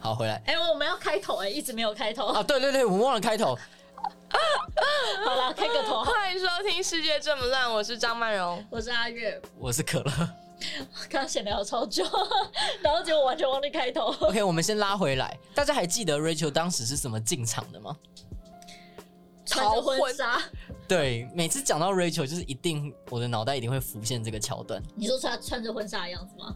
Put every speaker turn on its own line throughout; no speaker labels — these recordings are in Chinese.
好，回来
哎、我们要开头哎、一直没有开头。
啊，对对对，我们忘了开头。
好 了，开个头。
欢迎收听《世界这么乱》，我是张曼荣。
我是阿月，
我是可乐。
刚刚闲聊超久， 然后结果完全忘记开头。
OK，我们先拉回来。大家还记得 Rachel 当时是怎么进场的吗？
穿着婚纱，
对，每次讲到 Rachel，就是一定我的脑袋一定会浮现这个桥段。
你说穿穿着婚纱的样子吗？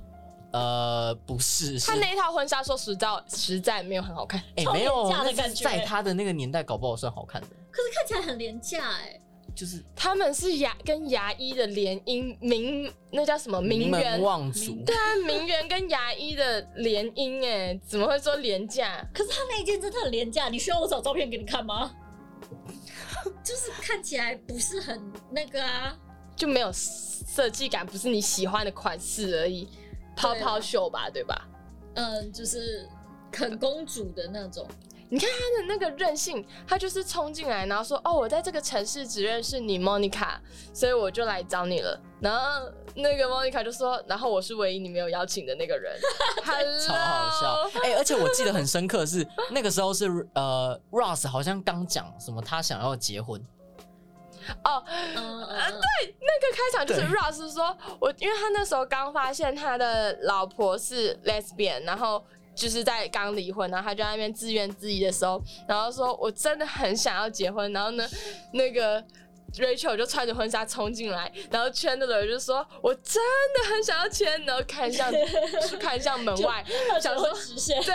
呃，不是，是
她那一套婚纱，说实在实在没有很好看，
哎、
超
没有，
廉价的
那
感
是
觉
在他的那个年代，搞不好算好看的，
可是看起来很廉价哎、
就是
他们是牙跟牙医的联姻，名那叫什么名媛
门？望族。
对啊，名媛跟牙医的联姻，哎，怎么会说廉价？
可是他那一件真的很廉价，你需要我找照片给你看 吗？就是看起来不是很那个啊，
就没有设计感，不是你喜欢的款式而已，泡泡袖吧，对吧？
嗯，就是很公主的那种。
他的那个任性，他就是冲进来，然后说：“哦，我在这个城市只认识你，Monica，所以我就来找你了。”然后那个 Monica 就说：“然后我是唯一你没有邀请的那个人。” Hello，
超好笑，哎、而且我记得很深刻是那个时候是呃，Ross 好像刚讲什么，他想要结婚，
哦。
嗯，
那个开场就是
对
Ross 说：“我，因为他那时候刚发现他的老婆是 lesbian，然后。”就是在刚离婚，然后他就在那边自怨自艾的时候，然后说：“我真的很想要结婚。”然后呢，那个 Rachel 就穿着婚纱冲进来，然后 Chandler 就说：“我真的很想要钱。”然后看向就看向门 外，
嗯，
想
想
说
说实现。
对，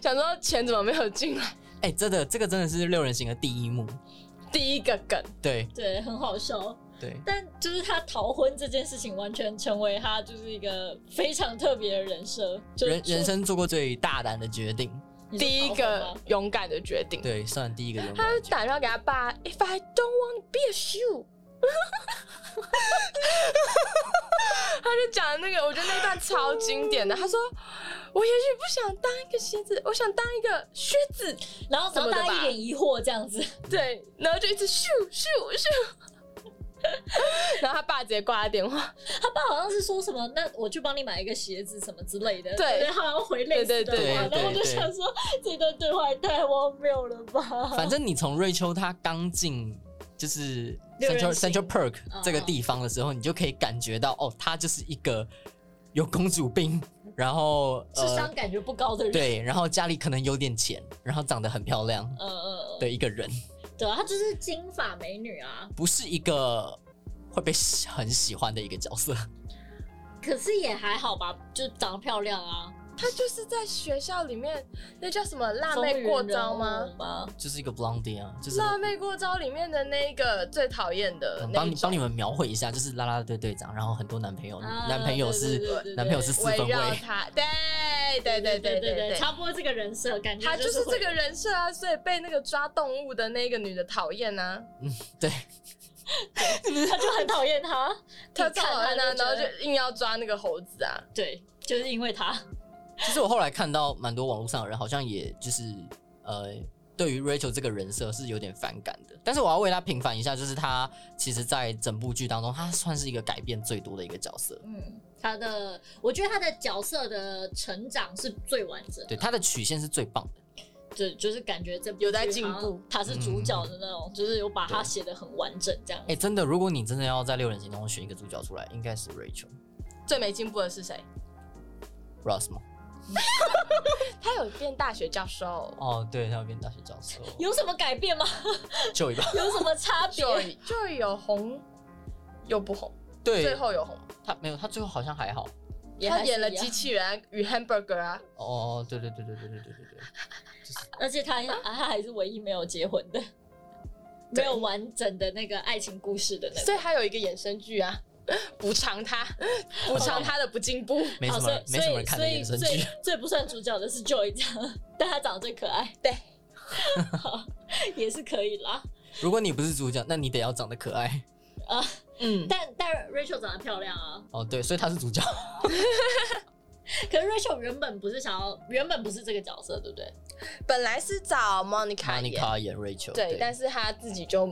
想说钱怎么没有进来？
哎、真的，这个真的是六人行的第一幕，
第一个梗，
对
对，很好笑，
对，
但就是他逃婚这件事情，完全成为他就是一个非常特别的人设，就是
人人生做过最大胆的决定，
你说
第
逃
一
婚
个
吗
勇敢的决定。
对，算第一个勇敢
他
的决
就
定
打电话给他爸，If I don't want to be a shoe，他就讲的那个，我觉得那段超经典的。他说：“我也许不想当一个鞋子，我想当一个靴子。
然后然后
什么的
大
吧
家一脸疑惑这样子，”
对，然后就一直咻咻 咻，然后他爸直接挂他电话。
他爸好像是说什么，那我去帮你买一个鞋子什么之类的，
对
他好像回类似的
对对
话，
对
然后我
对
就
对
想说这段对话也太荒谬了吧，
反正你从瑞秋她刚进就是
六人
Central
行
Central Park
嗯
这个地方的时候，你就可以感觉到哦，她就是一个有公主病，然后呃
智商感觉不高的人，
对，然后家里可能有点钱，然后长得很漂亮
嗯，嗯嗯，
的一个人，
对啊，她就是金发美女啊，
不是一个会被喜很喜欢的一个角色。
可是也还好吧，就长得漂亮啊，
他就是在学校里面，那叫什么辣妹过招吗？
吗？
就是一个 blondie 啊，就是
辣妹过招里面的那一个最讨厌的
嗯
那
帮
一
你帮你
种
们描绘一下，就是啦啦队队长，然后很多男朋友，
啊
男朋友
对对对
是
对
男朋友是四
围
分
绕
位，
他，对对对对对对
差不多这个人设感觉，
他就是
会
这个人设啊，所以被那个抓动物的那个女的讨厌啊，
对，
他就很讨厌他，
他
一看
讨厌啊，
他
然后
觉得
就硬要抓那个猴子啊，
对，就是因为他，
其实我后来看到蛮多网络上的人，好像也就是呃，对于 Rachel 这个人设是有点反感的。但是我要为她平反一下，就是她其实，在整部剧当中，她算是一个改变最多的一个角色。
嗯，他的，我觉得他的角色的成长是最完整
对，
的，
她的曲线是最棒的。
就就是感觉这部
有在
剧
进
好像
步
他是主角的那种，就是有把他
对
写的很完整这样
哎、。真的，如果你真的要在六人行当中选一个主角出来，应该是 Rachel
最没进步的是谁？
Ross 吗？
他有变大学教授
哦，对，她要变大学教授，
有什么改变吗？
就一吧。
有什么差别？
，Joy Joy 有红又不红，最
对，
后有红，
她没有，她最后好像还好。
也
他
还是
演了
一样
机器人啊与 Hamburger 啊，
哦，对对对对对对对对对，
而且他他还是唯一没有结婚的，没
对
有完整的那个爱情故事的那个。
所以他有一个衍生剧啊，补偿他， 补偿他的不进步。
没什
好
么人，没什么人看
哦所
的
以
衍
所
生
以
剧
最。最不算主角的是 Joy 这样，但他长得最 可爱，
对，
好也是可以啦。
如果你不是主角，那你得要长得可爱。
嗯，
但但 Rachel 长得漂亮啊，
哦，对，所以她是主角。
可是 Rachel 原本不是想要，原本不是这个角色，对不对？
本来是找 Monica 演，
Monica 演 Rachel，
对，但是他自己就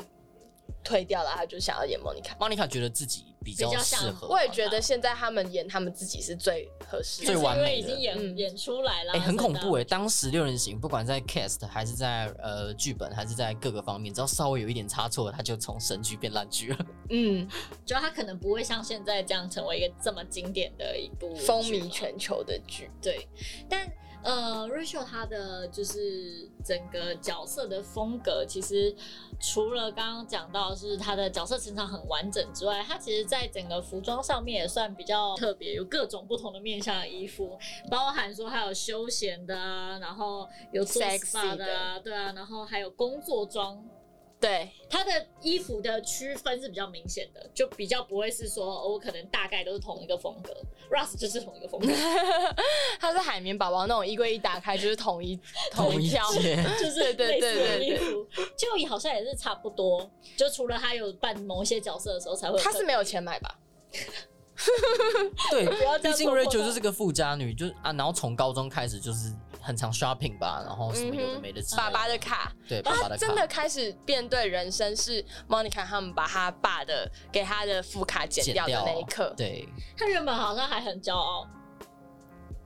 退掉了，他就想要演莫妮卡。
莫妮卡觉得自己比较
比较像
适合，
我也觉得现在他们演他们自己是最合适
最
的。
完
因为
美
已
的
经演、
嗯
演出来了，
哎、很恐怖哎、
哎、
当时六人行，不管在 cast 还是在呃剧本，还是在各个方面，只要稍微有一点差错，他就从神剧变烂剧 了。
嗯，
主要他可能不会像现在这样成为一个这么经典的一部
风
剧
靡
嘛
全球的剧，
对，但呃，Rachel 她的就是整个角色的风格，其实除了刚刚讲到是她的角色成长很完整之外，她其实在整个服装上面也算比较特别，有各种不同的面向的衣服，包含说还有休闲的啊，然后有做
Sexy
SPA 的啊，对啊，然后还有工作装。
对，
她的衣服的区分是比较明显的，就比较不会是说、哦我可能大概都是同一个风格，Russ 就是同一个风格，
他是海绵宝宝那种衣柜一打开就是 统一
同
一
一
票，
届
就是
对
类
对
似的
对
衣服，就也好像也是差不多，就除了他有扮某些角色的时候才会有特。
他是没有钱买吧？
嗯对，
要这
毕
样
竟
说
Rachel
破坏
就是个富家女，就是啊，然后从高中开始就是很常 shopping 吧，然后什么有的没的之类
爸爸的卡，
对爸爸
他
的
真
卡
的开始面对人生，是 Monica 他们把他爸的给他的副卡剪
剪
掉的那一刻。
对，
他原本好像还很骄傲，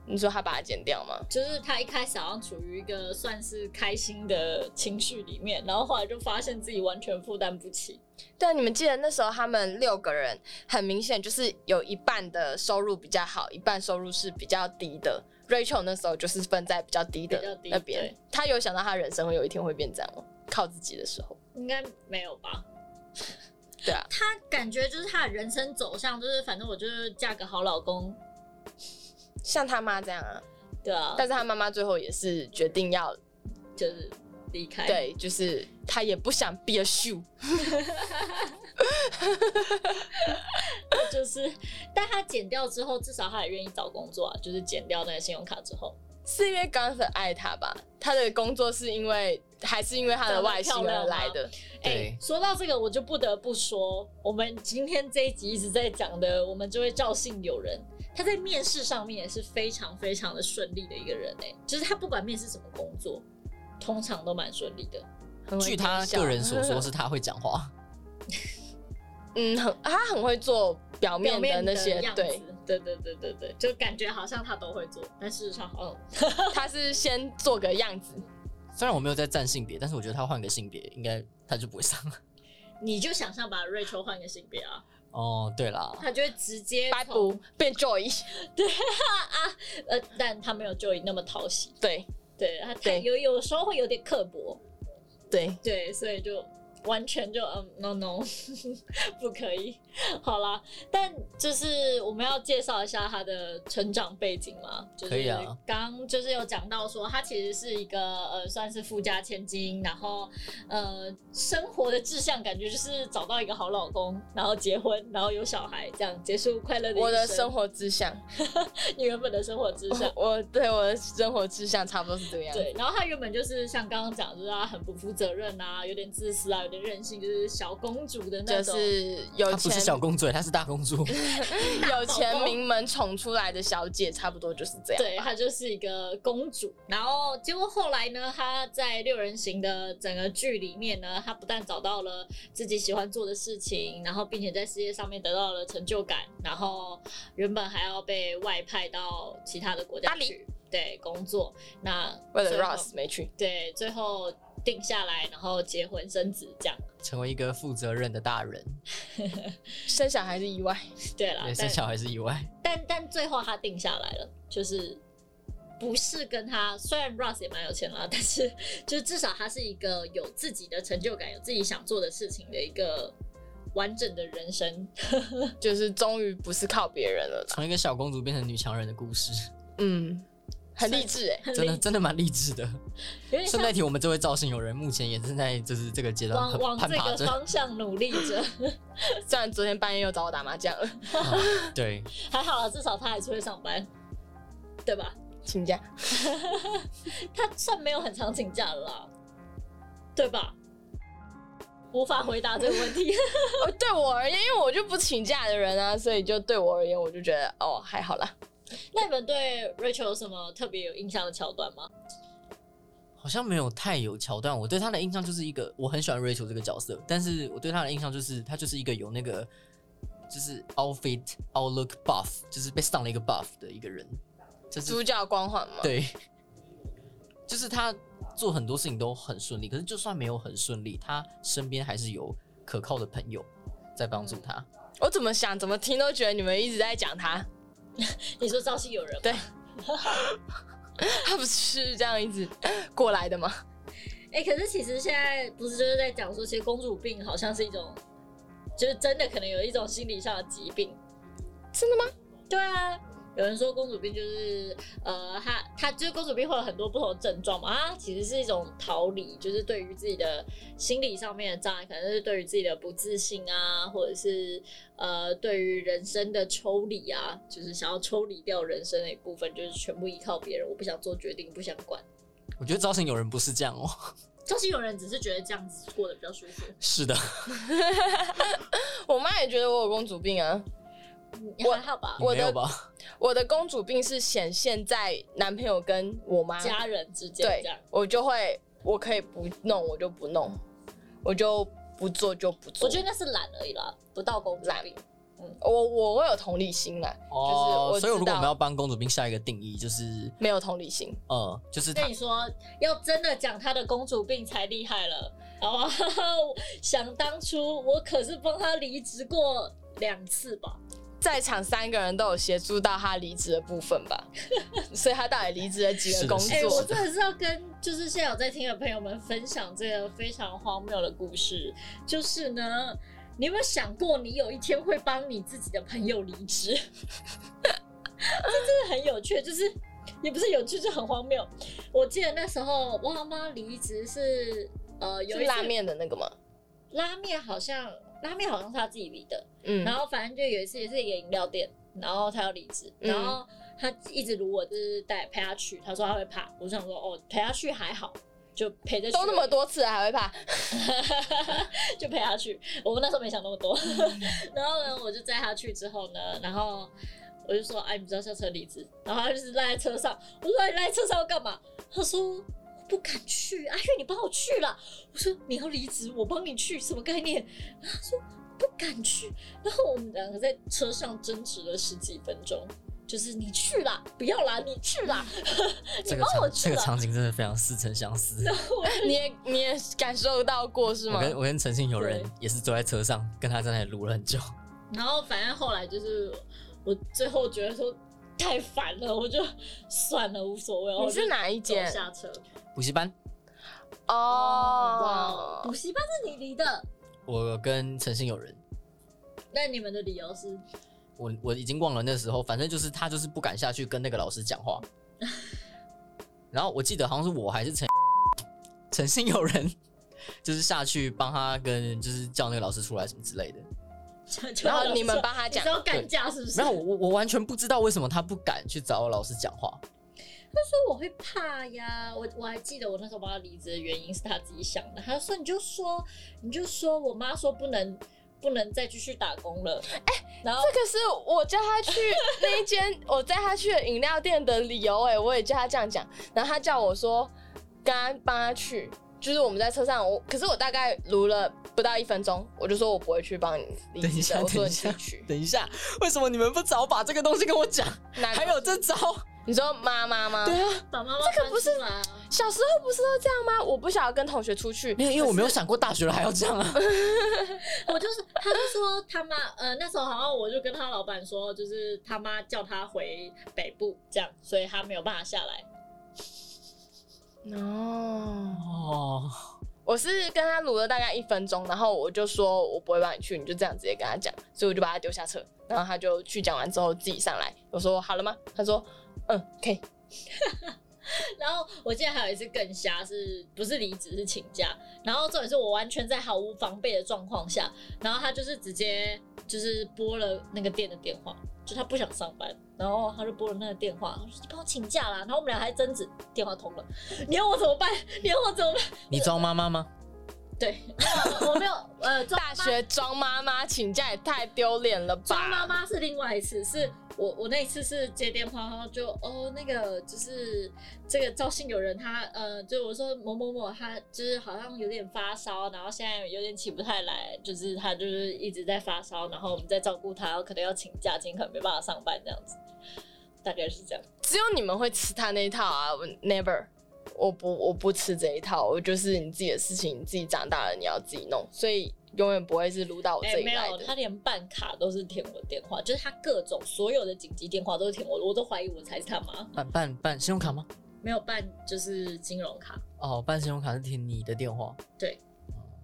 你说他把它剪掉吗？
就是他一开始好像处于一个算是开心的情绪里面，然后后来就发现自己完全负担不起。
对，你们记得那时候他们六个人，很明显就是有一半的收入比较好，一半收入是比较低的。Rachel 那时候就是分在比较低
比较
的
低
那边
对，
他有想到他人生会有一天会变这样吗？哦靠自己的时候，
应该没有吧？
对啊，
他感觉就是他的人生走向，就是反正我就是嫁个好老公，
像他妈这样啊，
对啊，
但是他妈妈最后也是决定要，
就是离开。，
对，就是他也不想 be a shoe，
就是，但他剪掉之后，至少他也愿意找工作啊。就是剪掉那个信用卡之后，
是因为 Gunther 爱他吧？他的工作是因为还是因为他的外形而来的？
哎、
对
说到这个，我就不得不说，我们今天这一集一直在讲的，我们这位赵姓友人，他在面试上面也是非常非常的顺利的一个人哎、就是他不管面试什么工作，通常都蛮顺利的。
很会
据他
分享
个人所说，是他会讲话，
嗯，很他很会做
表
表面的
面
那些，
样子
对，，
对对对对对，就感觉好像他都会做，但事实上好像
他是先做个样子，
虽然我没有在占性别，但是我觉得他换个性别应该他就不会上。
你就想象把 Rachel 换个性别啊，
哦，对啦，
他就会直接
白
从
不变 Joy，
呃，但他没有 Joey 那么讨喜，
对
对他太
对
有有时候会有点刻薄，
对，
对，所以就完全就嗯 no no 不可以，好啦，但就是我们要介绍一下他的成长背景嘛，就是
可以啊
刚就是有讲到说他其实是一个呃算是富家千金，然后呃生活的志向感觉就是找到一个好老公，然后结婚，然后有小孩，这样结束快乐的一
我的生哦
生，
活志向，
你原本的生活志向
我。 我对我的生活志向差不多是这个样子，
对，然后他原本就是像刚刚讲，就是他很不负责任啊，有点自私啊，有点任性，就是小公主的那
就
种。
是有
她不是
钱
小公主，她是大公 主。
有钱名门宠出来的小姐，差不多就是这样吧，
对，她就是一个公主。然后结果后来呢，她在六人行的整个剧里面呢，她不但找到了自己喜欢做的事情，然后并且在事业上面得到了成就感，然后原本还要被外派到其他的国家
巴黎
去对工作。那
为了
最后
Ross 没去，
对最后定下来，然后结婚生子这样。
成为一个负责任的大人，
生小孩是意外，
对啦，
对，生
但
小孩是意外。
但但最后他定下来了，就是不是跟他，虽然 Russ 也蛮有钱啦，但是就是至少他是一个有自己的成就感、有自己想做的事情的一个完整的人生。
就是终于不是靠别人了啦，
从一个小公主变成女强人的故 事，
嗯，很励志哎，
真的真的蛮励志的。
有点
顺
像
带提，我们这位造型友人目前也正在就是这个阶段
往往
攀
这
攀爬
个
着，
方向努力着，
虽然昨天半夜又找我打麻将了，
啊 对，
还好啦，至少他还是会上班，对吧？
请假，
他算没有很常请假了啦，对吧？无法回答这个问题。
哦，对我而言，因为我就不请假的人啊，所以就对我而言，我就觉得哦还好啦。
那你们对 Rachel 有什么特别有印象的桥段吗？
好像没有太有桥段。我对他的印象就是一个，我很喜欢 Rachel 这个角色，但是我对他的印象就是他就是一个有那个就是 outfit outlook buff，就是被上了一个 buff 的一个人，就是
主角光环嘛。
对，就是他做很多事情都很顺利，可是就算没有很顺利，他身边还是有可靠的朋友在帮助他。
我怎么想怎么听都觉得你们一直在讲他，
你说赵信有人吗
对他不是这样一直 过来的吗？
哎、可是其实现在不是就是在讲说，其实公主病好像是一种，就是真的可能有一种心理上的疾病。
真的吗？
对啊，有人说公主病就是呃，她她就是公主病会有很多不同的症状嘛，啊，其实是一种逃离，就是对于自己的心理上面的障碍，可能是对于自己的不自信啊，或者是呃，对于人生的抽离啊，就是想要抽离掉人生的一部分，就是全部依靠别人，我不想做决定，不想管。
我觉得招生有人不是这样哦、
就是有人只是觉得这样子过得比较舒服。
是 的，
我妈也觉得我有公主病啊。
我还好吧，
你
我
没有
的
吧？
我的公主病是显现在男朋友跟我妈，
家人之间
对
这样。，
我啊就会我可以不弄，我就不弄，我就不做就不做。
我觉得那是懒而已啦，不到公主病。
我我会有同理心啦，
哦，
我
所以如
知
果我们
道
要帮公主病下一个定义，就是
没有同理心，
呃，就是
跟
他
你说，要真的讲她的公主病才厉害了，好 不好？想当初我可是帮她离职过两次吧。
在场三个人都有协助到他离职的部分 吧，所以他到底离职了几
是
个
的
工
是的
作？
哎、我真的是要跟就是现在有在听的朋友们分享这个非常荒谬的故事，就是呢。你有没有想过，你有一天会帮你自己的朋友离职？ 这真的很有趣，就是也不是有趣，就很荒谬。我记得那时候我妈妈离职是呃有
是
一次
拉面的那个吗？
拉面好像拉面好像是他自己离的，
嗯，
然后反正就有一次也是一个饮料店，然后他要离职，
嗯
然后他一直如我就是带陪他去，他说他会怕，我想说哦陪他去还好，就陪着去
都那么多次了还会怕？
就陪他去，我们那时候没想那么多，
嗯
然后呢我就载他去之后呢，然后我就说哎你不知道下车离职，然后他就是赖在车上，我说哎你赖在车上要干嘛？他说。不敢去，阿月，你帮我去了。我说你要离职，我帮你去，什么概念？然后他说不敢去，然后我们两个在车上争执了十几分钟，就是你去啦，不要啦，你去啦，你
嗯 这个
帮
场
我去
这个
啦。
场景真的非常似曾相识。
你也你也感受到过是
我
吗？
跟我跟陈信友人
对
也是坐在车上，跟他在那里撸了很久。
然后反正后来就是我最后觉得说太烦了，我就算了，无所谓。
你是哪一
一走
间？
下车？
补习班，
哇，
哦，
补习班是你离的，
我跟陈信友人，
那你们的理由是？
我我已经忘了那时候，反正就是他就是不敢下去跟那个老师讲 话。然后我记得好像是我还是陈 陈信友人，就是下去帮他跟就是叫那个老师出来什么之类的。
然后你们帮
他
他讲
你是要干架是不是？
然后我我我完全不知道为什么他不敢去找老师讲话。
我会怕呀，我我还记得我那时候帮他离职的原因是他自己想的，他说你就说你就说我妈说不能不能再继续打工了，哎、然后
这个是我叫他去那一间，我带他去的饮料店的理由、哎，我也叫他这样讲，然后他叫我说，跟他帮他去，就是我们在车上，我可是我大概撸了不到一分钟，我就说我不会去帮你离
等一
职
下
的，我说
等一
你自
下
己去。
等一下，为什么你们不早把这个东西跟我 讲？
那
还有这招？
你说妈妈吗？
对啊，
把妈妈这个不是啦，
小时候不是都这样吗？我不想要跟同学出去，
没有，因为我没有想过大学了还要这样啊。
我就是他就说他妈呃那时候好像我就跟他老板说，就是他妈叫他回北部这样，所以他没有办法下来，
哦。
哦，
我是跟他撸了大概一分钟，然后我就说我不会帮你去，你就这样直接跟他讲，所以我就把他丢下车，然后他就去讲完之后自己上来，我说好了吗？他说嗯，可以。
然后我记得还有一次更瞎，是不是离职是请假？然后重点是我完全在毫无防备的状况下，然后他就是直接就是拨了那个店的电话，就他不想上班，然后他就拨了那个电话，我说你帮我请假啦。然后我们俩还争执，电话通了，你要我怎么办？你要我怎么办？
你装妈妈吗？
对， 没有我没有呃，装
大学装妈妈请假也太丢脸了吧？
装妈妈是另外一次，是我我那一次是接电话，然后就哦那个就是这个赵姓友人他呃，就我说某某某他就是好像有点发烧，然后现在有点起不太来，就是他就是一直在发烧，然后我们在照顾他，然后可能要请假，今天可能没办法上班这样子，大概是这样。
只有你们会吃他那一套啊我，never。我不，我不吃这一套，我就是你自己的事情，你自己长大了你要自己弄，所以永远不会是撸到我
哎、
哦这里
没
来
有，
的。
他连办卡都是填我电话，就是他各种所有的紧急电话都是填我的，我都怀疑我才是他妈。
办办办信用卡吗？
没有办就是金融卡，
哦，办信用卡是填你的电话，哦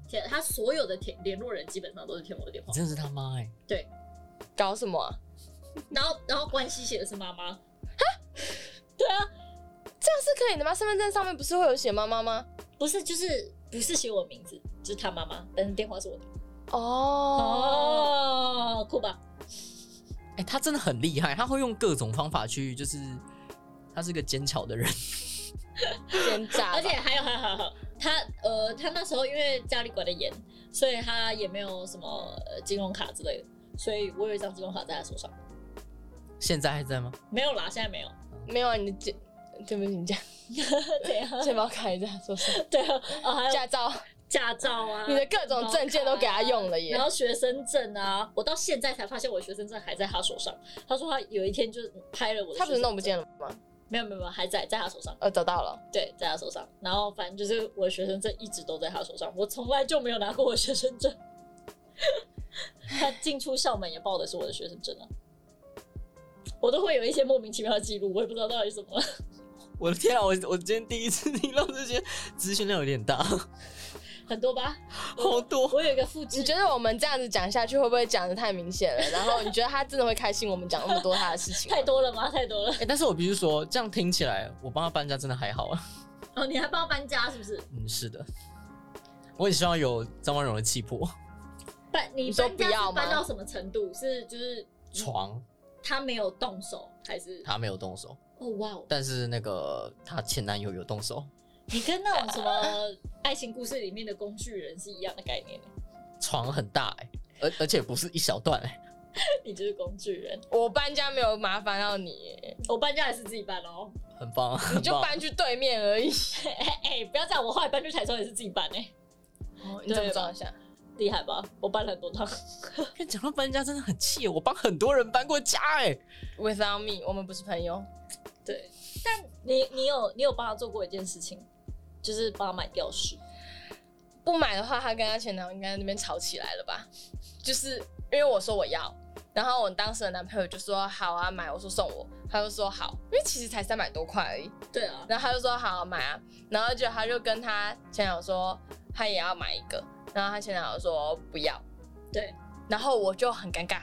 填他所有的填联络人基本上都是填我的电话
你，真的是他妈哎、
搞什么、啊？
然后然后关系写的是妈妈， 对啊，
这样是可以的吗？身份证上面不是会有写妈妈吗？
不是就是不是写我名字，就是他妈妈，但是电话是我的，
哦，
哦，酷吧？
哎、他真的很厉害，他会用各种方法去，就是他是个奸巧的人，
奸诈吧，
而且还有还有还有还有，他呃他那时候因为家里管得严，所以他也没有什么呃金融卡之类的，所以我有一张金融卡在他手上，
现在还在吗？
没有啦，现在没 有，
没有啊，你的健，对不起，你这样
对啊
健保卡也在说 什么？
对啊，哦还有
驾照，
驾照啊，
你的各种证件都给他用了耶
然。后学生证啊，我到现在才发现我学生证还在他手上。他说他有一天就拍了我的，
他不是弄不见
了？
了吗？
没有没有没有，还在在他手上，
呃，找到了，
对，在他手上。然后反正就是我的学生证一直都在他手上，我从来就没有拿过我的学生证。 他进出校门也报的是我的学生证啊，我都会有一些莫名其妙的记录，我也不知道到底是什么。
我的天啊，我我今天第一次 听到这些资讯量有点大，
很多吧，
好多。
我有一个复制
你，觉得我们这样子讲下去会不会讲的太明显了？然后你觉得他真的会开心我们讲那么多他的 事情吗？
太多了吗？太多了。
哎、但是我必须说，这样听起来，我帮他搬家真的还好啊。
哦，你还帮我搬家是不是？
嗯，是的，我很希望有张万荣的气魄，
搬你
你说
搬家
不要
是搬
吗
到什么程度？是就是
床
他没有动手，还是
他没有动手，
哦哇哦！
但是那个她前男友有动手，
你跟那种什么爱情故事里面的工具人是一样的概念，
床很大哎、而而且不是一小段哎、
你就是工具人。
我搬家没有麻烦到你耶，
我搬家也是自己搬哦，
很棒啊，
你
很
就
棒。
搬去对面而已。
哎、哎不要这样，我后来搬去台中也是自己搬哎、
哦，你怎
对
么
吧
装一下？
厉害吧？我搬了很多趟，
跟你讲到搬家真的很气，我帮很多人搬过家哎、
Without me，我们不是朋友。
对。但你你有你有帮他做过一件事情，就是帮他买吊饰，
不买的话，她跟她前男友应该在那边吵起来了吧？就是因为我说我要，然后我当时的男朋友就说好啊买，我说送我，他就说好，因为其实才三百多块而已，
对啊，
然后他就说好、买啊，然后就他就跟他前男友说他也要买一个，然后他前男友说不要，
对，
然后我就很尴尬，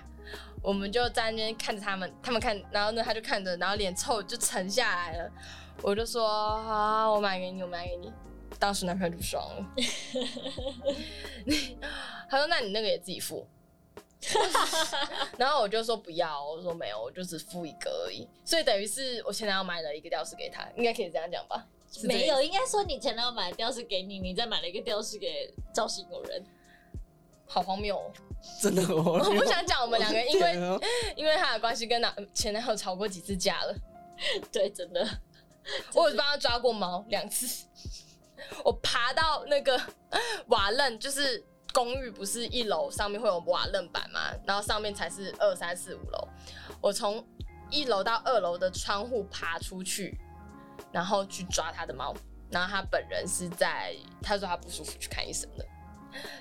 我们就在那边看着他们，他们看，然后呢他就看着，然后脸臭就沉下来了，我就说好、啊，我买给你，我买给你。当时男朋友就不爽了，他说那你那个也自己付，然后我就说不要，我说没有，我就只付一个而已，所以等于是我前男友买了一个吊饰给他，应该可以这样讲吧？是这个意
没
思
有，应该说你前男友买的吊饰给你，你再买了一个吊饰给赵姓友人，
好荒谬、哦！
真的我
我不想讲我
我
们两个，因为
的天啊
因为他的关系跟男前男友吵过几次架了。
对，真的，
我有帮他抓过猫两次， 我爬到那个瓦楞，就是公寓不是一楼上面会有瓦楞板嘛，然后上面才是二三四五楼，我从一楼到二楼的窗户爬出去，然后去抓他的猫，然后他本人是在他说他不舒服去看医生的，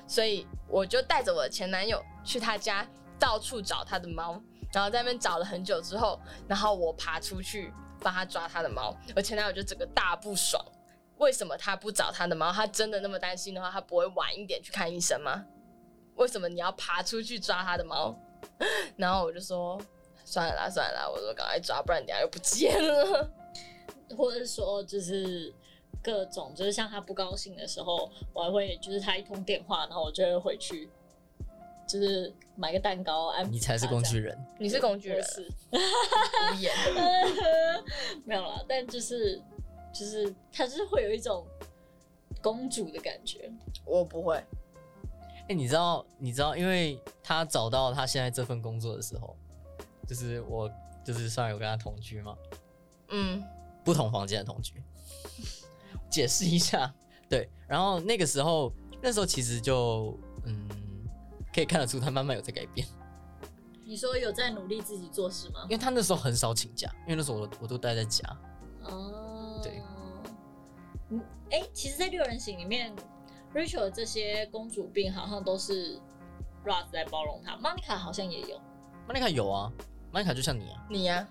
所以我就带着我的前男友去他家到处找他的猫。然后在那边找了很久之后，然后我爬出去帮他抓他的猫，我前男友就整个大不爽。为什么他不找他的猫？他真的那么担心的话，他不会晚一点去看医生吗？为什么你要爬出去抓他的猫？ 然后我就说算了啦，算了啦，我说赶快抓，不然等下又不见了。
或者说就是各种，就是像他不高兴的时候，我还会就是他一通电话，然后我就会回去，就是买个蛋糕啊安抚他
你才是工具人，
你是工具
这样
人
我，是
无言。
没有啦，但就是就是他就是会有一种公主的感觉，
我不会，
哎、你知道，你知道，因为他找到他现在这份工作的时候，就是我就是算有跟他同居吗？
嗯，
不同房间的同居， 解释一下。对，然后那个时候，那时候其实就嗯，可以看得出他慢慢有在改变，
你说有在努力自己做事吗
因？为他那时候很少请假，因为那时候我我都待在家。
哦，
对，
嗯，哎，其实，在六人行里面，Rachel 的这些公主病好像都是 Ross 在包容她，Monica 好像也有，
莫妮卡有啊，莫妮卡就像你啊，
你呀、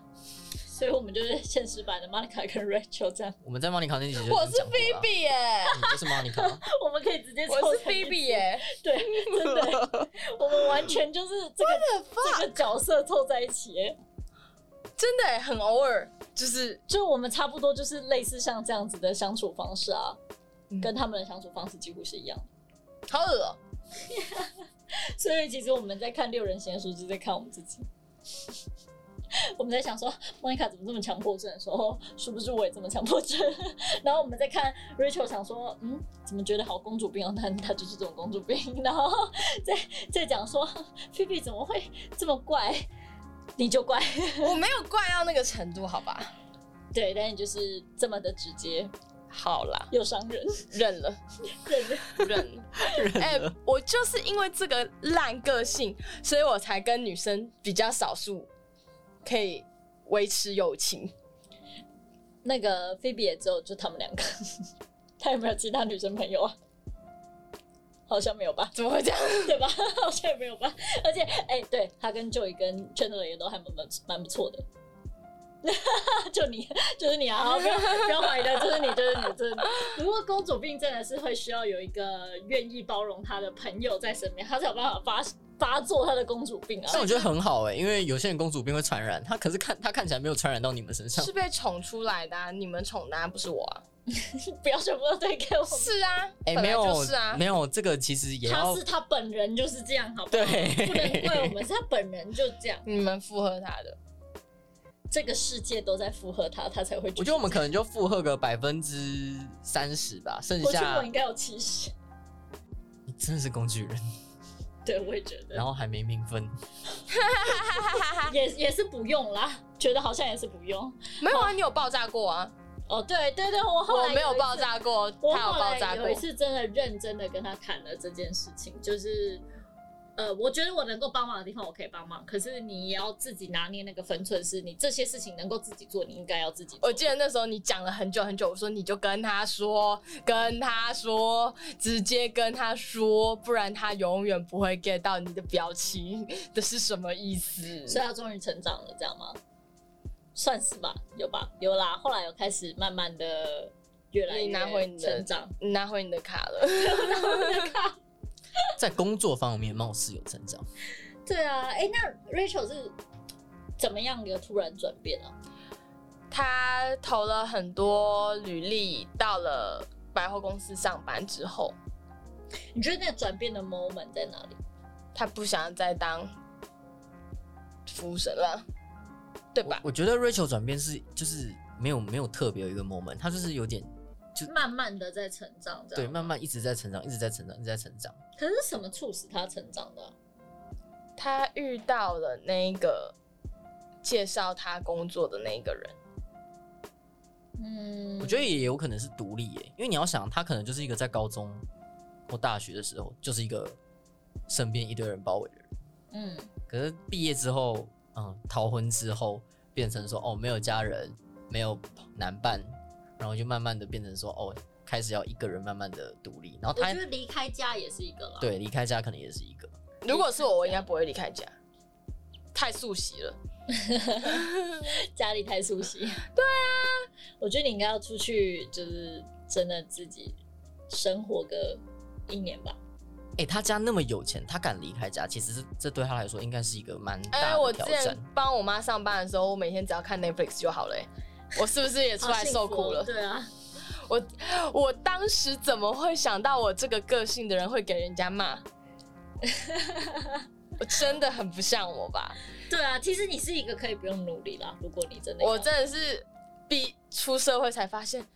所以我们就是现实版的 Monica 跟 Rachel 这样，
我们在莫妮卡那集就已经
我是
讲过了啊
Phoebe 耶、
你就是莫妮卡。
我们可以直接凑
我是
成一
Phoebe 耶、
对，真的，我们完全就是 这个这个角色凑在一起耶，
真的耶、很偶尔，就是
就我们差不多就是类似像这样子的相处方式啊，
嗯
跟他们的相处方式几乎是一样的。
好恶、哦
所以其实我们在看六人行的时候，就是在看我们自己。 我们在想说，莫妮卡怎么这么强迫症？说哦，殊不知我也这么强迫症。 然后我们在看 Rachel，想说，嗯，怎么觉得好公主病哦？但她就是这种公主病。 然后再再讲说，菲菲怎么会这么怪？你就怪，
我没有怪到那个程度，好吧？
对，但你就是这么的直接
好啦，
又伤人，
忍了，
对对
忍 了。 哎、我就是因为这个烂个性，所以我才跟女生比较少数可以维持友情。
那个菲比也只有就他们两个， 她有没有其他女生朋友啊？好像没有吧。
怎么会这样？
对吧？好像也没有吧。而且，哎、对他跟 Joey 跟 Chandler 也都还蛮蛮蛮不错的。 就你，就是你啊！好不要不要怀疑的，就是你，就是你，就是你。不过公主病真的是会需要有一个愿意包容她的朋友在身边，她才有办法发发作她的公主病啊
但。我觉得很好哎、因为有些人公主病会传染，她可是看她看起来没有传染到你们身上
是。被宠出来的、啊，你们宠的、啊，不是我啊。
不要全部都推给我们，
是啊，
哎、
本
没
来
有，
就是啊
没。有这个其实 也
她
要
是她本人就是这样，好不好？
对
不能怪我们，是她本人就这样，
你们附和他的，
这个世界都在附和她，她才会。
我觉得我们可能就附和个百分之三十吧，剩
我觉得
下
我应该有七十，
你真的是工具人，
对我也觉得。
然后还没名分，
也也是不用啦，觉得好像也是不用。
没有啊？你有爆炸过啊？
哦，对对对，我后
我
来
没有
一
爆
次，
炸过，
我
他有
后
爆炸
来
过
有一。次真的认真的跟他谈了这件事情，就是。呃，我觉得我能够帮忙的地方，我可以帮忙。可是你也要自己拿捏那个分寸，是你这些事情能够自己做，你应该要自己做。
我记得那时候你讲了很久很久，我说你就跟他说，跟他说，直接跟他说，不然他永远不会 get 到你的表情 这是什么意思。
所以他终于成长了，这样吗？算是吧，有吧，有啦。后来有开始慢慢的越来
你拿回
越
你的
成长。
你拿回你的卡了，
在工作方面貌似有成长。
对啊，哎、那 Rachel 是怎么样一个突然转变啊？
他投了很多履历，到了百货公司上班之后，
你觉得那个转变的 moment 在哪里？
他不想再当服务生了，对吧？
我觉得 Rachel 转变是就是没有没有特别有一个 moment，她就是有点
慢慢的在成长，这样
对慢。慢一直在成长，一直在成长，一直在成长。
可是什么促使他成长的啊、
他遇到了那个介绍他工作的那个人。
嗯，
我觉得也有可能是独立耶、因为你要想，她可能就是一个在高中或大学的时候就是一个身边一堆人包围的人。
嗯，
可是毕业之后，嗯，逃婚之后，变成说哦，没有家人，没有男伴，然后就慢慢的变成说哦，开始要一个人慢慢的独立，然后
我
他
觉得离开家也是一个啦。，
对离开家可能也是一个，
如果是我，我应该不会离开家，太速袭了。
家里太熟悉。 对啊，我觉得你应该要出去，就是真的自己生活个一年吧。
哎、他家那么有钱，他敢离开家，其实这这对他来说应该是一个蛮
哎、
大
我
的
之
挑
前
战。
帮我妈上班的时候，我每天只要看 Netflix 就好了、哎我是不是也出
好
来
幸哦
受
福
苦
哦
了？
对啊，
我 我当时怎么会想到我这个个性的人会给人家骂？ 我真的很不像我吧？
对啊。其实你是一个可以不用努力啦，如果你真的要
我真的是毕出社会才发现，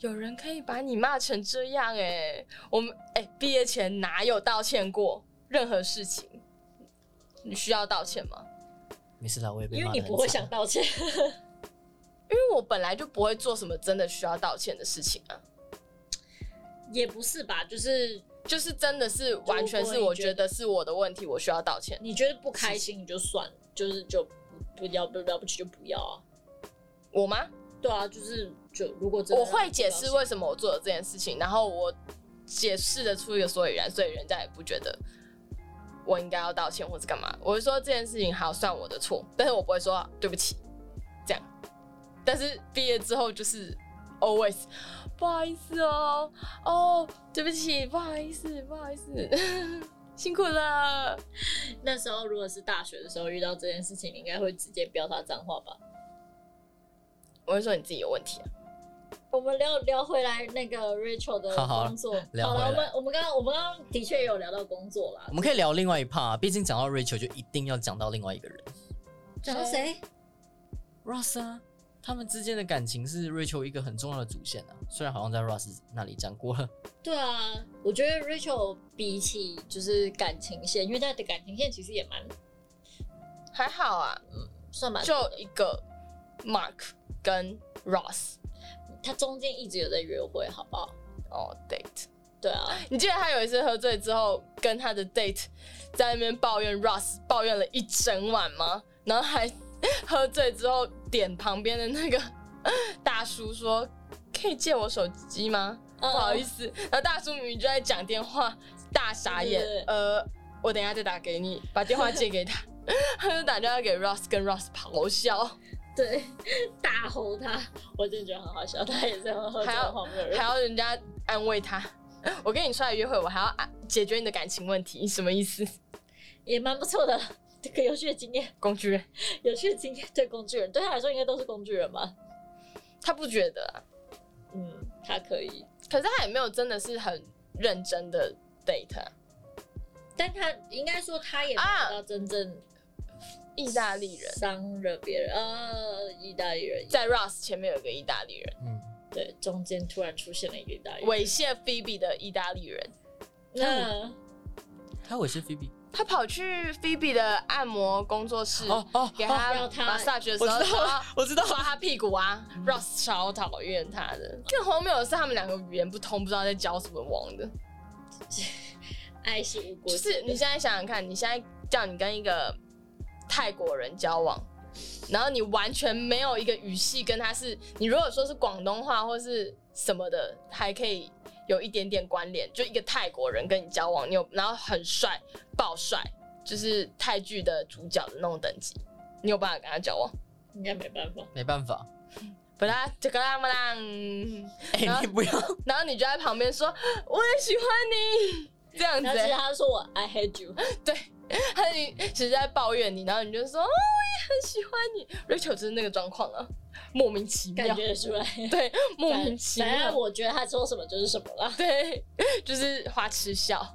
有人可以把你骂成这样哎、我们哎毕、业前哪有道歉过任何事情？你需要道歉吗？
没事的，我也被
因为
骂
你
得很
不会
惨
想道歉，
因为我本来就不会做什么真的需要道歉的事情啊，
也不是吧？就是
就是真的是完全是我觉得是我的问题，我需要道歉。
你觉得不开心你就算了，就是就不不要不了不起就不要啊。
我吗？
对啊，就是就如果真的
我
让你
会解释
不
为什么我做了这件事情，然后我解释得出一个所以然，所以人家也不觉得我应该要道歉或是干嘛。我会说这件事情好算我的错，但是我不会说啊对不起这样。但是毕业之后就是 always 不好意思哦，哦，对不起，不好意思，不好意思， 辛苦了。
开心那时候如果是大学的时候遇到这件事情，你应该会直接飙他脏话吧？
我会说你自己有问题啊、
我们聊聊回来那个 Rachel 的
好好
工作，
聊
好
回
了，
来
我们我们刚刚我们刚刚的确有聊到工作啦
我。们可以聊另外一 part，、啊、毕竟讲到 Rachel 就一定要讲到另外一个人
讲到谁？
Ross 啊。他们之间的感情是 Rachel 一个很重要的主线啊，虽然好像在 Ross 那里讲过了，
对啊，我觉得 Rachel 比起就是感情线，因为她的感情线其实也蛮
还好啊，
算蛮
就一个 Mark 跟 Ross
她中间一直有在约会，好不好？
哦 date。
对啊，
你记得他有一次喝醉之后，跟他的 date 在那边抱怨 Russ，抱怨了一整晚吗？然后还喝醉之后点旁边的那个 大叔说：“可以借我手机吗？”
不
不好意
思，
思，然后大叔明明就在讲电话，大傻眼
对对对。
呃，我等一下再打给你，把电话借给他。 他就打电话给 Russ，跟 Russ 咆哮，
呃对， 大吼她，我真的觉得很好笑，她也是很好
还要
笑，旁边
还
人。
要人家安慰他。 我跟你出来约会，我还要啊解决你的感情问题，什么意思？
也蛮不错的， 这个有趣的经验，
工具人。
有趣的经验对工具人，对她来说应该都是工具人吧？
他不觉得、啊，
嗯，她可以，
可是他也没有真的是很认真的 date 啊、
但她应该说她也没
啊
有到真正
意大利人，
伤了别人，呃，意大利人
在 Ross 前面有个意大利人，
嗯，
对，中间突然出现了一个意大利人，
猥亵 Phoebe 的意大利人，
那
他猥亵 Phoebe
他跑去 Phoebe 的按摩工作室，
哦哦
给
哦，
他
要他
massage 的时
我
候，
知道
然
了
后，
我知道了，
抓他屁股啊，Ross 超讨厌他的。更荒谬的是，他们两个语言不通，不知道在教什么王的。
爱是无国界
就是你
的，
现在想想看，你现在叫你跟一个泰国人交往，然后你完全没有一个语系跟他是，你如果说是广东话或是什么的，还可以有一点点关联。就一个泰国人跟你交往，你有然后很帅，爆帅，就是泰剧的主角的那种等级，你有办法跟他 交往？
应该没办法。
没办法，
本来这个那么浪，
哎、
然后
你不要，
嗯然后你就在旁边说我也喜欢你， 这样子、
然
欸
后其实他说我 I hate you，
他你只是在抱怨你，然后你就说、哦、我也很喜欢你。Rachel 就是那个状况啊，莫名其
感
妙，
觉得出来，
对， 莫名其
反正
妙，
我觉得他说什么就是什么啦。
对，就是花痴笑。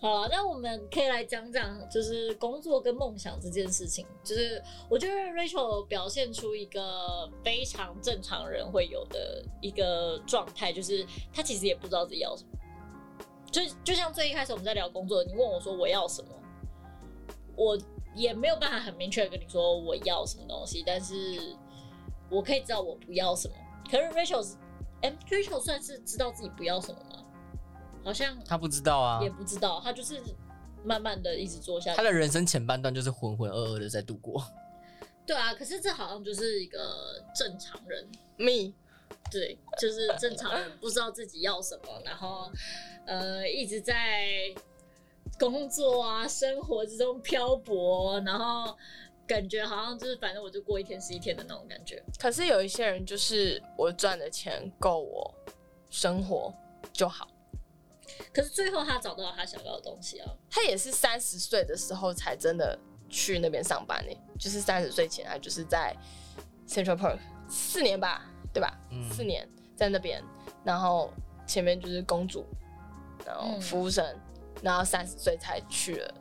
好了，那我们可以来讲讲，就是工作跟梦想这件事情。就是我觉得 Rachel 表现出一个非常正常人会有的一个状态，就是她其实也不知道自己要什么。就就像最一开始我们在聊工作，你问我说我要什么，我也没有办法很明确的跟你说我要什么东西，但是我可以知道我不要什么。可是 Rachel，是哎、r a c h e l 算是知道自己不要什么吗？好像
他不知道啊
也，不知道，他就是慢慢的一直做下
他
去。
的人生前半段就是浑浑噩噩的在度过，
对啊，可是这好像就是一个正常人，
Me，
对，就是正常人不知道自己要什么，然后呃一直在工作啊生活之中漂泊，然后感觉好像就是反正我就过一天是一天的那种感觉。
可是有一些人就是我赚的钱够我生活就好。
可是最后他找到了他想要的东西啊，
他也是三十岁的时候才真的去那边上班呢、欸就是三十岁前他啊就是在 Central Park 四年吧，对吧？
嗯
四年在那边，然后前面就是公主，然后
嗯
服务生，然后三十岁才去了。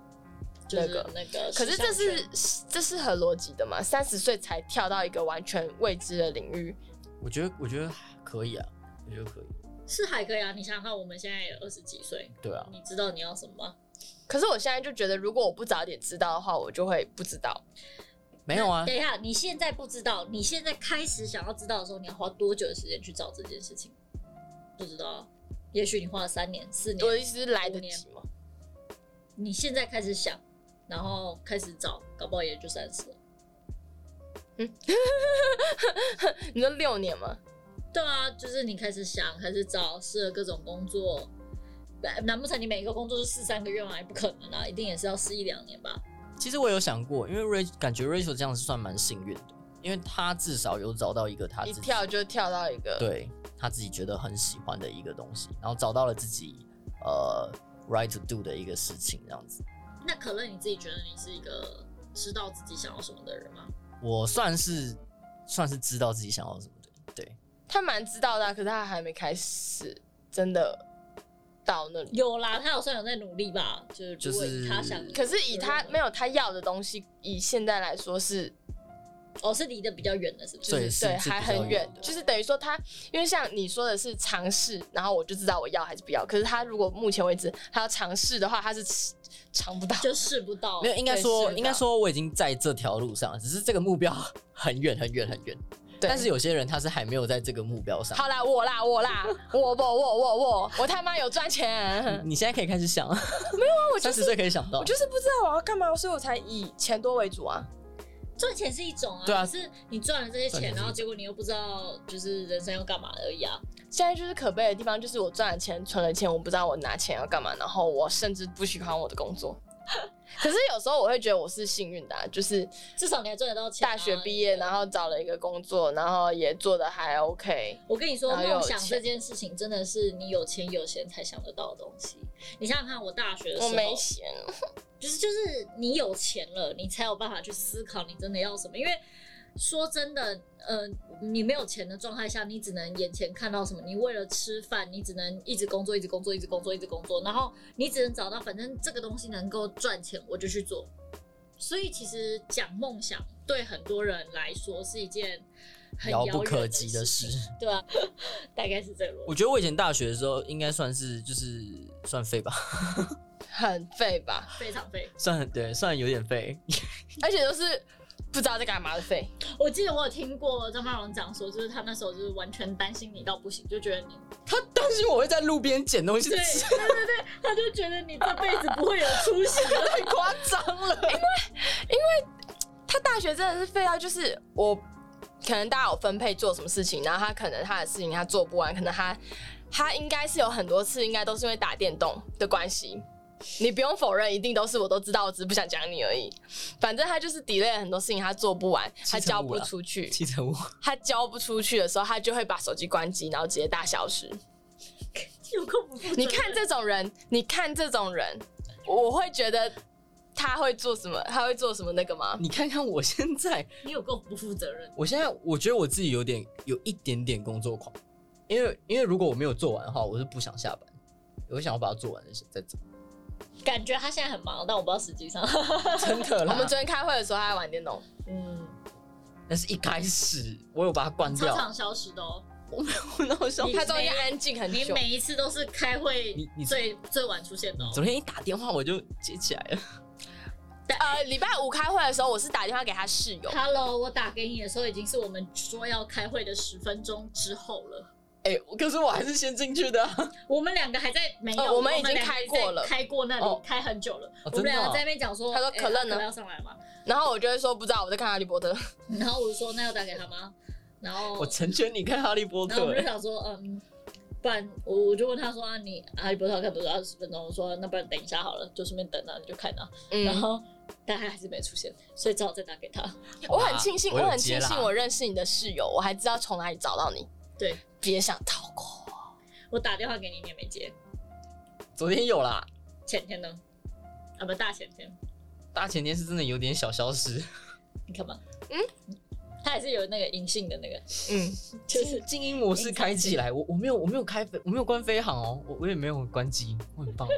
就是
那个
那个时尚圈。
可是这是这是合逻辑的嘛？三十岁才跳到一个完全未知的领域，
我觉得我觉得可以啊，我觉得可以，
是还可以啊，你想想看，我们现在也二十几岁，
对啊，
你知道你要什么吗？
可是我现在就觉得，如果我不早点知道的话，我就会不知道。
没有啊
那，等一下，你现在不知道，你现在开始想要知道的时候，你要花多久的时间去找这件事情？不知道啊，也许你花了三年、四
我的
年，
意思是来得及吗？
你现在开始想，然后开始找，搞不好也就三十了。
你说六年吗？
对啊，就是你开始想，开始找适合各种工作。呃难不成你每一个工作就试三个月吗？也不可能啊，一定也是要试一两年吧。
其实我有想过，因为瑞感觉 Rachel 这样是算蛮幸运的，因为她至少有找到一个她
一
自己
跳就跳到一个，
对她自己觉得很喜欢的一个东西，然后找到了自己呃 right to do 的一个事情，这样子。
那可乐，你自己觉得你是一个知道自己想要什么的人吗？
我算是算是知道自己想要什么的，对，
他蛮知道的啊、可是他还没开始真的到那里。
有啦，他好像有在努力吧，就是
就
如果
是
以他想，啊
可是以他没有他要的东西，以现在来说是
哦是离得比较远的，是不是？
就
对
是
是
对
是
还
比较
很远
远的，
就是等于说他，因为像你说的是尝试，然后我就知道我要还是不要。可是他如果目前为止他要尝试的话，他是尝不到。
就试不到
没。有应该
对
说
是的
应该说我已经在这条路上了，只是这个目标 很远很远很远。
对
但是有些人他是还没有在这个目标上。
好啦，我啦，我啦，我我我我我我他妈有赚钱，
你现在可以开始想，没有啊，
我就
三
是
十岁可以想到
我，就是不知道我要干嘛，所以我才以钱多为主啊。
赚钱是一种啊，
对啊
可是你赚了这些
赚钱
钱，
是
然
一
后
种
结果你又不知道就是人生要干嘛而已啊。
现在就是可悲的地方，就是我赚了钱，存了钱，我不知道我拿钱要干嘛，然后我甚至不喜欢我的工作。 可是有时候我会觉得我是幸运的、啊，就是
至少你还赚得到钱啊。
大学毕业，然后找了一个工作，然后也做的还 OK。
我跟你说，
然后又有
梦想
钱
这件事情真的是你有钱有闲才想得到的东西。你想想看，我大学的时候，
我没闲，
就是就是你有钱了，你才有办法去思考你真的要什么。因为说真的，呃，你没有钱的状态下，你只能眼前看到什么。你为了吃饭，你只能一直工作，一直工作，一直工作，一直工作，然后你只能找到反正这个东西能够赚钱，我就去做。所以其实讲梦想对很多人来说是一件很
遥不
远
可及的
的
事
情，。 对啊，大概是这个逻辑。
我觉得我以前大学的时候，应该算是就是算废吧，
很废吧？
非常非，
算对，算有点废。
而且都是不知道在干嘛的废。
我记得我有听过张曼荣讲说，就是他那时候就是完全担心你到不行，就觉得你
他担心我会在路边捡东西
对
吃，
对对对，他就觉得你这辈子不会有出息了。
太夸张了。
他大学真的是废到，就是我可能大家有分配做什么事情，然后他可能他的事情他做不完，可能他他应该是有很多次，应该都是因为打电动的关系。你不用否认，一定都是我都知道，我只是不想讲你而已。反正他就是 delay 了很多事情，他做不完，他交不出去，
七成五，
他交不出去的时候，他就会把手机关机，然后直接大消失。
有够不负责任
你看，这种人，你看这种人，我会觉得他会做什么？他会做什么那个吗？
你看看我现在，
你有够不负责任。
我现在我觉得我自己有点有一点点工作狂，因为因为如果我没有做完的话，我是不想下班，我想要把它做完再走。
感觉他现在很忙，但我不知道实际上。
真的
我
啦
们，昨天开会的时候，他在玩电动，
嗯，
但是一开始我有把它关
超
掉，
常消失的哦。
然后想
你
他终于安静很
你
久。
每一次都是开会
你你
最最晚出现的、哦。
昨天一打电话我就接起来了，
呃，礼拜五开会的时候，我是打电话给他室友。
Hello，我打给你的时候已经是我们说要开会的十分钟之后了。
哎、可是我还是先进去的啊、
我们两个还在没有，
哦我们已经
两个
开过了
在开过那里、
哦
开很久了。
哦
我们
真的
两
哦
个在那边讲说，
他说
哎
可乐呢
要上来吗？
然后我就会说不知道，我在看《哈利波特》。
然后我就说那要打给他吗？然后
我成全你看《哈利波
然后我
特、
们就
欸，
想说，嗯，不然我我就问他说啊，你哈利波特看多久？二十分钟。我说那不然等一下好了，就顺便等啊，你就看啊。然
嗯，
后但他还是没出现，所以只好再打给他。
我很庆幸，
我有
我很
接
庆
啦
幸我认识你的室友，我还知道从哪里找到你。
对
别想逃过。
我打电话给你，你也没接。
昨天有啦，
前天呢？啊，不，大前天。
大前天是真的有点小消失，
你看嘛，
嗯，
他还是有那个银杏的那个，
嗯，
就是
静音模式开起来，我我没有我没有开飞我没有关飞行哦，我我也没有关机，我很棒、啊。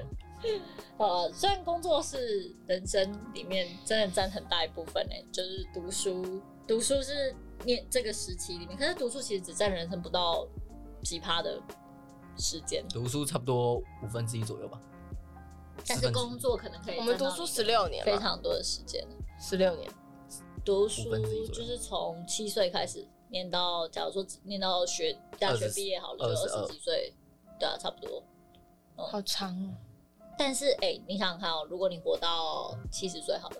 呃，虽然工作是人生里面真的占很大一部分呢、就是读书，读书是念这个时期里面，可是读书其实只占人生不到几趴的时间，
读书差不多五分之一左右吧，
但
四
是
分之一
工作可能可以占到
我们
你的
读书十六年
非
嘛，
常多的时间。
十六年，
读书
五分之一左右
就是从七岁开始念到，假如说只念到学大学
20
毕业好了，
22
就二十几岁，对啊，差不多。
好长哦。
但是哎、你想想看哦，如果你活到七十岁好了，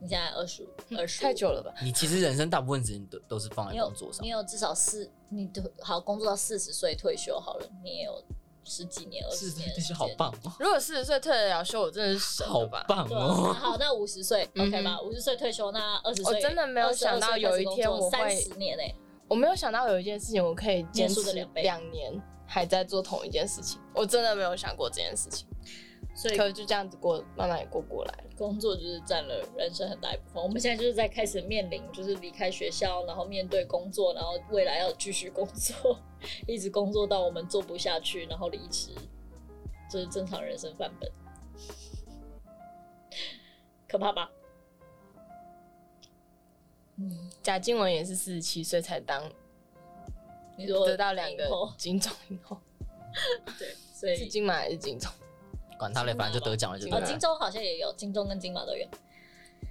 你现在二十五，二十
太久了吧？
你其实人生大部分时间都都是放在
你有
工作上
你，有至少四，你都好工作到四十岁退休好了，你也有十几年、二
是
十年，
这些好。棒哦，
如果四十岁退得了休，我真的是神
好
了吧？
棒
对啊、那
哦！
好，那五十岁
嗯哼
OK 吧？五十岁退休，那二十岁
我真的没有想到有一天我会
三十年哎、
我没有想到有一件事情我可以坚
念书的
持
两倍
两年，还在做同一件事情，我真的没有想过这件事情。
所以
可是就这样子过，慢慢也过过来了。
工作就是占了人生很大一部分。我们现在就是在开始面临，就是离开学校，然后面对工作，然后未来要继续工作，一直工作到我们做不下去，然后离职，这、是正常人生范本， 可怕吧？嗯，
贾静雯也是四十七岁才当
你说
得到两个
以后
金钟以后，
对，所以
是金马还是金钟？
管他嘞，
金马
反正就得奖了就
哦，
得
马
金
奖，
钟好像也有，金钟跟金马都有。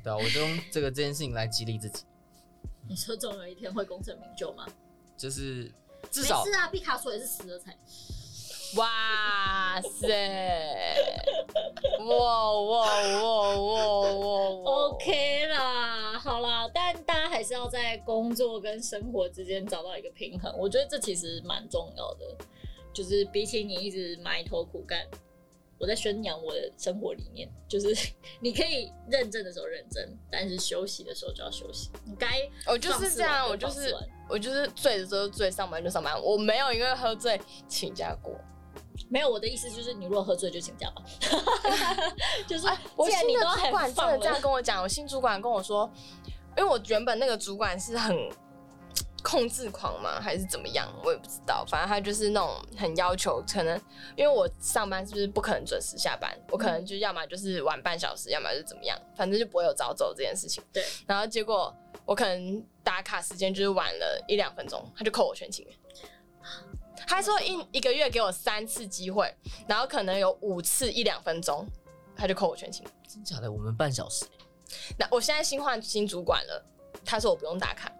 对啊，我就用这个这件事情来激励自己，
你说总有一天会功成名就吗？
就是至少
没事啊，毕卡索也是死了才。
哇塞！哇哇哇哇哇
OK 啦，好啦，但大家还是要在工作跟生活之间找到一个平衡，我觉得这其实蛮重要的。就是比起你一直埋头苦干，我在宣扬我的生活理念，就是你可以认真的时候认真，但是休息的时候就要休息。你该
我就是这样，我
放
就
肆玩放
是
肆玩
我就是醉的时候醉，上班就上班，我没有因为喝醉请假过。
没有我的意思就是，你如果喝醉就请假吧。 就是、
哎，我
既然
新
你
的
都
主管
很
真
放
的这样
了，
跟我讲，我新主管跟我说，因为我原本那个主管是很控制狂嘛，还是怎么样，我也不知道。反正他就是那种很要求，可能因为我上班是不是不可能准时下班，我可能
嗯
就要么就是晚半小时，要么就是怎么样，反正就不会有早走这件事情。
对，
然后结果我可能打卡时间就是晚了一两分钟，他就扣我全勤了。他说一一个月给我三次机会，然后可能有五次一两分钟，他就扣我全勤。
真假的，我们半小时，
那我现在新换新主管了，他说我不用打卡，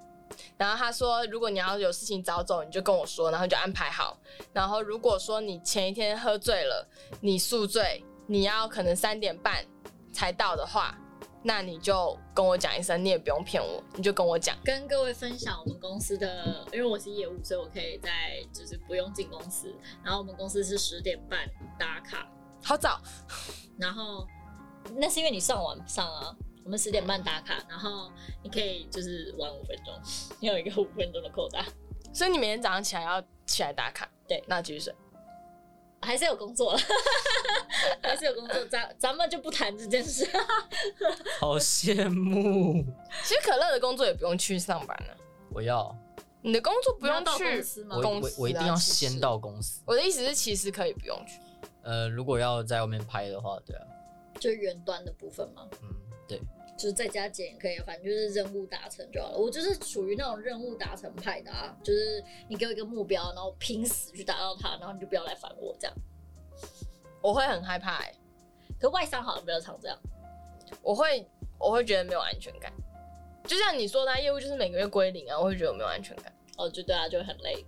然后他说如果你要有事情早走，你就跟我说，然后你就安排好。然后如果说你前一天喝醉了，你宿醉，你要可能三点半才到的话，那你就跟我讲一声，你也不用骗我，你就跟我讲。
跟各位分享我们公司的，因为我是业务，所以我可以在就是不用进公司。然后我们公司是十点半打卡，
好早，
然后那是因为你上晚上啊，我们十点半打卡，然后你可以就是玩五分钟，你有一个五分钟的扣打，
所以你每天早上起来要起来打卡。
对
那继续睡。
还是有工作了，还是有工作，咱咱们就不谈这件事。
好羡慕，
其实可乐的工作也不用去上班了，
我要，
你的工作不用
你要到
去
公司吗
我
公
我
司啊
我一定要
其实
先到公司，
我的意思是，其实可以不用去。
呃，如果要在外面拍的话，对啊，
就远端的部分嘛，
嗯，对，
就是在家剪也可以，反正就是任务达成就好了。我就是属于那种任务达成派的啊，就是你给我一个目标，然后拼死去达到它，然后你就不要来烦我这样。
我会很害怕、欸，
可外商好像比较常这样，
我会我会觉得没有安全感。就像你说的啊、业务就是每个月归零啊，我会觉得我没有安全感。
哦，就对啊，就会很累。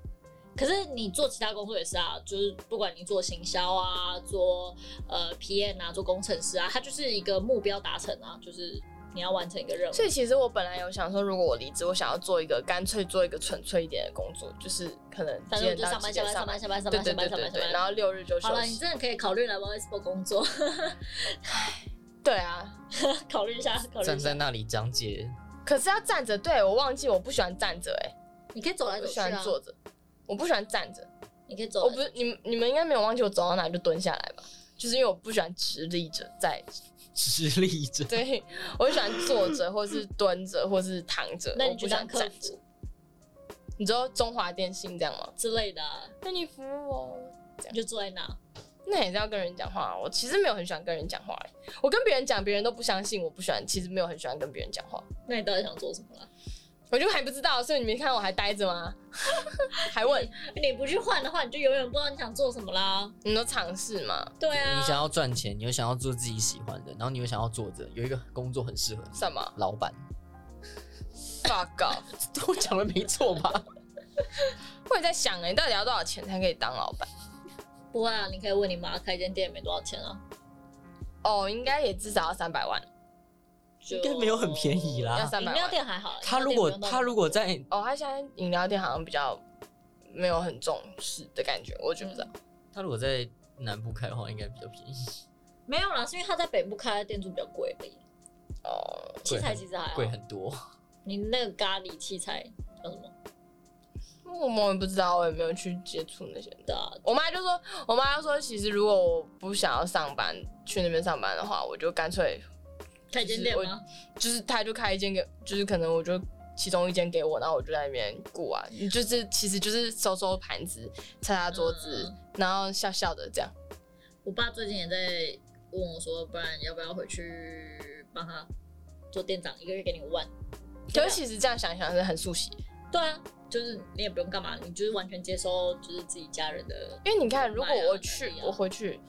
可是你做其他工作也是啊，就是不管你做行销啊，做呃 PM 啊，做工程师啊，它就是一个目标达成啊，就是你要完成一个任务。
所以其实我本来有想说，如果我离职，我想要做一个干脆做一个纯粹一点的工作，就是可能
反
几
正我
点
就
到
上
几
班下班
点上
上班下班上
对
班
对
下
对
班
对
上
对
班
对，
上
然
班。
后六日就
好
休
了，你
息。
真的可以考虑来 Voice 工作，
对啊，
考虑一下，考虑
站
一下
在。那里讲解，
可是要站着，对我忘记我不喜欢站着、欸，
你可以走来
哎，我
走去
喜欢
啊，
坐着，我不喜欢站着。
你可以走
我
来
不是你们你们应该没有忘记我走到哪就蹲下来吧？就是因为我不喜欢直立着在
直立着，
对， 我就喜欢坐着，或是蹲着，或是躺着。
那
我
你
不
就
喜
当
欢
客
站着。
服
你知道中华电信这样吗？
之类的啊，
那你服务我，
你就坐在那。
那也是要跟人讲话啊。我其实没有很喜欢跟人讲话欸，我跟别人讲，别人都不相信。我不喜欢，其实没有很喜欢跟别人讲话。
那你到底想做什么啦？
我就还不知道，所以你没看我还呆着吗？ 还问
你不去换的话，你就永远不知道你想做什么啦。
你都尝试吗？
对
你想
啊，
要赚钱，你又想要 做自己喜欢的，然后你又想要做着，有一个工作很适合你，
什么？
老板，
fuck off！
我讲的没错吧？
我也在想哎、你到底要多少钱才可以当老板？
不会啊，你可以问你妈，开间店也没多少钱啊，
哦，应该也至少要三百万，
就
应该没有很便宜啦
要三
饮
百
料
万。
店还好，啊
他
饮
如
料
果
店不用到
他如果在
哦，他现在饮料店好像比较没有很重视的感觉，我觉得。
他如果在南部开的话，应该比较便宜，
没有啦，是因为他在北部开的店租比较贵而已，
哦，
器材其实还好啊
贵。很多。
你那个咖喱器材嗯叫什么？
哦我们也不知道，我也没有去接触那些。
对啊，
我妈就说，我妈就说，其实如果我不想要上班，去那边上班的话，我就干脆
开间店吗？
就是他就开一间给，就是可能我就其中一间给我，然后我就在那边顾啊，就是其实就是收收盘子、擦擦桌子，
嗯
然后笑笑的这样。
我爸最近也在问我说，不然要不要回去帮他做店长，一个月给你五万？
可
啊
是其实这样想一想是很熟悉，
对啊，就是你也不用干嘛，你就是完全接收就是自己家人的，
因为你看，如果我
买
去
啊买啊，
我回去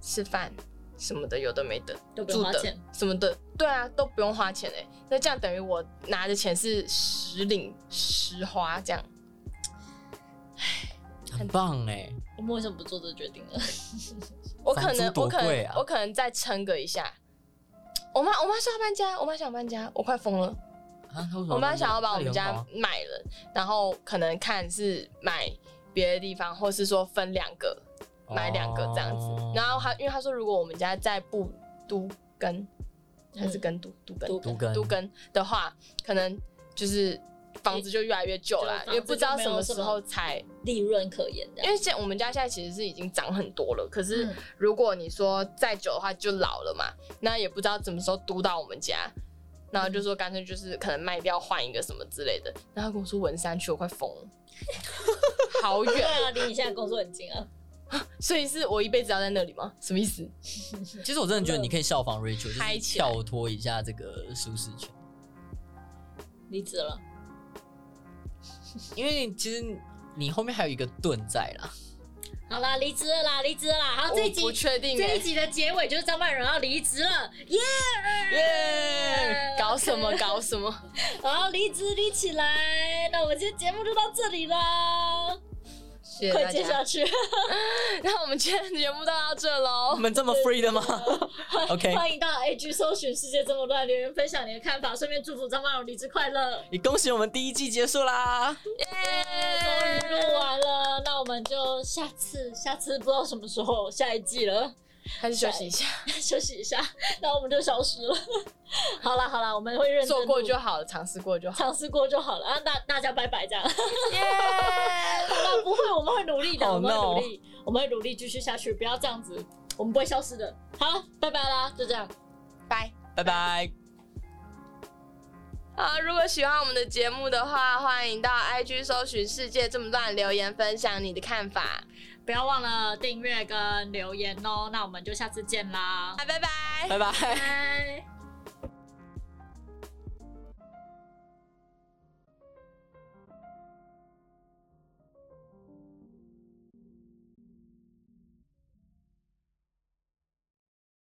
吃饭什么的，有的没的，
都不用
住
花
的
钱
什么的，对啊，都不用花钱哎、那这样等于我拿的钱是实领实花这样。
很棒哎、
我们为什么不做这个决定呢？
我可能
房租，多
我可
贵
能
啊，
我可能再撑个一下。我妈，我妈说要搬家，我妈想搬家，我快疯了。
啊！他为什么
我妈想要把我
那里
们
很好
家
啊
买了，然后可能看是买别的地方，或是说分两个买两个这样子。
哦
然后她，因为她说如果我们家在布都根还是根都都
嗯
根
都
独根
都根的话，可能就是房子就越来越旧啦，
就
因为不知道什么时
房
候才，
利润可言这
因
样。
为现在我们家现在其实是已经涨很多了，可是
嗯
如果你说再久的话就老了嘛，那也不知道什么时候嘟到我们家，然后就说干脆就是可能卖掉换一个什么之类的。然后他跟我说文山区，我快疯了，好
对
远，
啊，离你现在工作很近啊。
所以是我一辈子要在那里吗？什么意思？
其实我真的觉得你可以效仿 Rachel，就
嗨
是
起来
跳脱一下这个舒适圈，
离职了，
因为其实你后面还有一个盾在啦。
好啦，离职了啦，离职了啦。哦好，这一
我
集
不确定
这
欸
一，集的结尾就是张曼荣要离职了，耶、
耶，搞什么搞什么？
好，离职离起来。那我们今天节目就到这里啦，
谢谢
快
大
接
家
下。去。
那我们今天的节目就到这
我
喽，
们这么 free 的吗 ？OK，
欢迎到 AG 搜寻“世界这么乱”，留言分享你的看法，顺便祝福张曼荣离职快乐。
也恭喜我们第一季结束啦！
终于录完了，那我们就下次，下次不知道什么时候下一季了，
还是休息一下，
休息一下，那我们就消失了。 好啦好啦，我们会认真
做
录
过就好了，尝试过就好。
尝试过就好了啊，大大家拜拜这样。
耶，
好啦，不会，我们会努力的，
好
我们会
no
努力，我们会努力继续下去，不要这样子，我们不会消失的。好，拜拜啦，就这样。
拜。
拜拜。
啊，如果喜欢我们的节目的话，欢迎到 IG 搜寻“世界这么乱”留言分享你的看法。
不要忘了订阅跟留言哦。那我们就下次见啦，
啊，拜拜。
拜拜。
拜。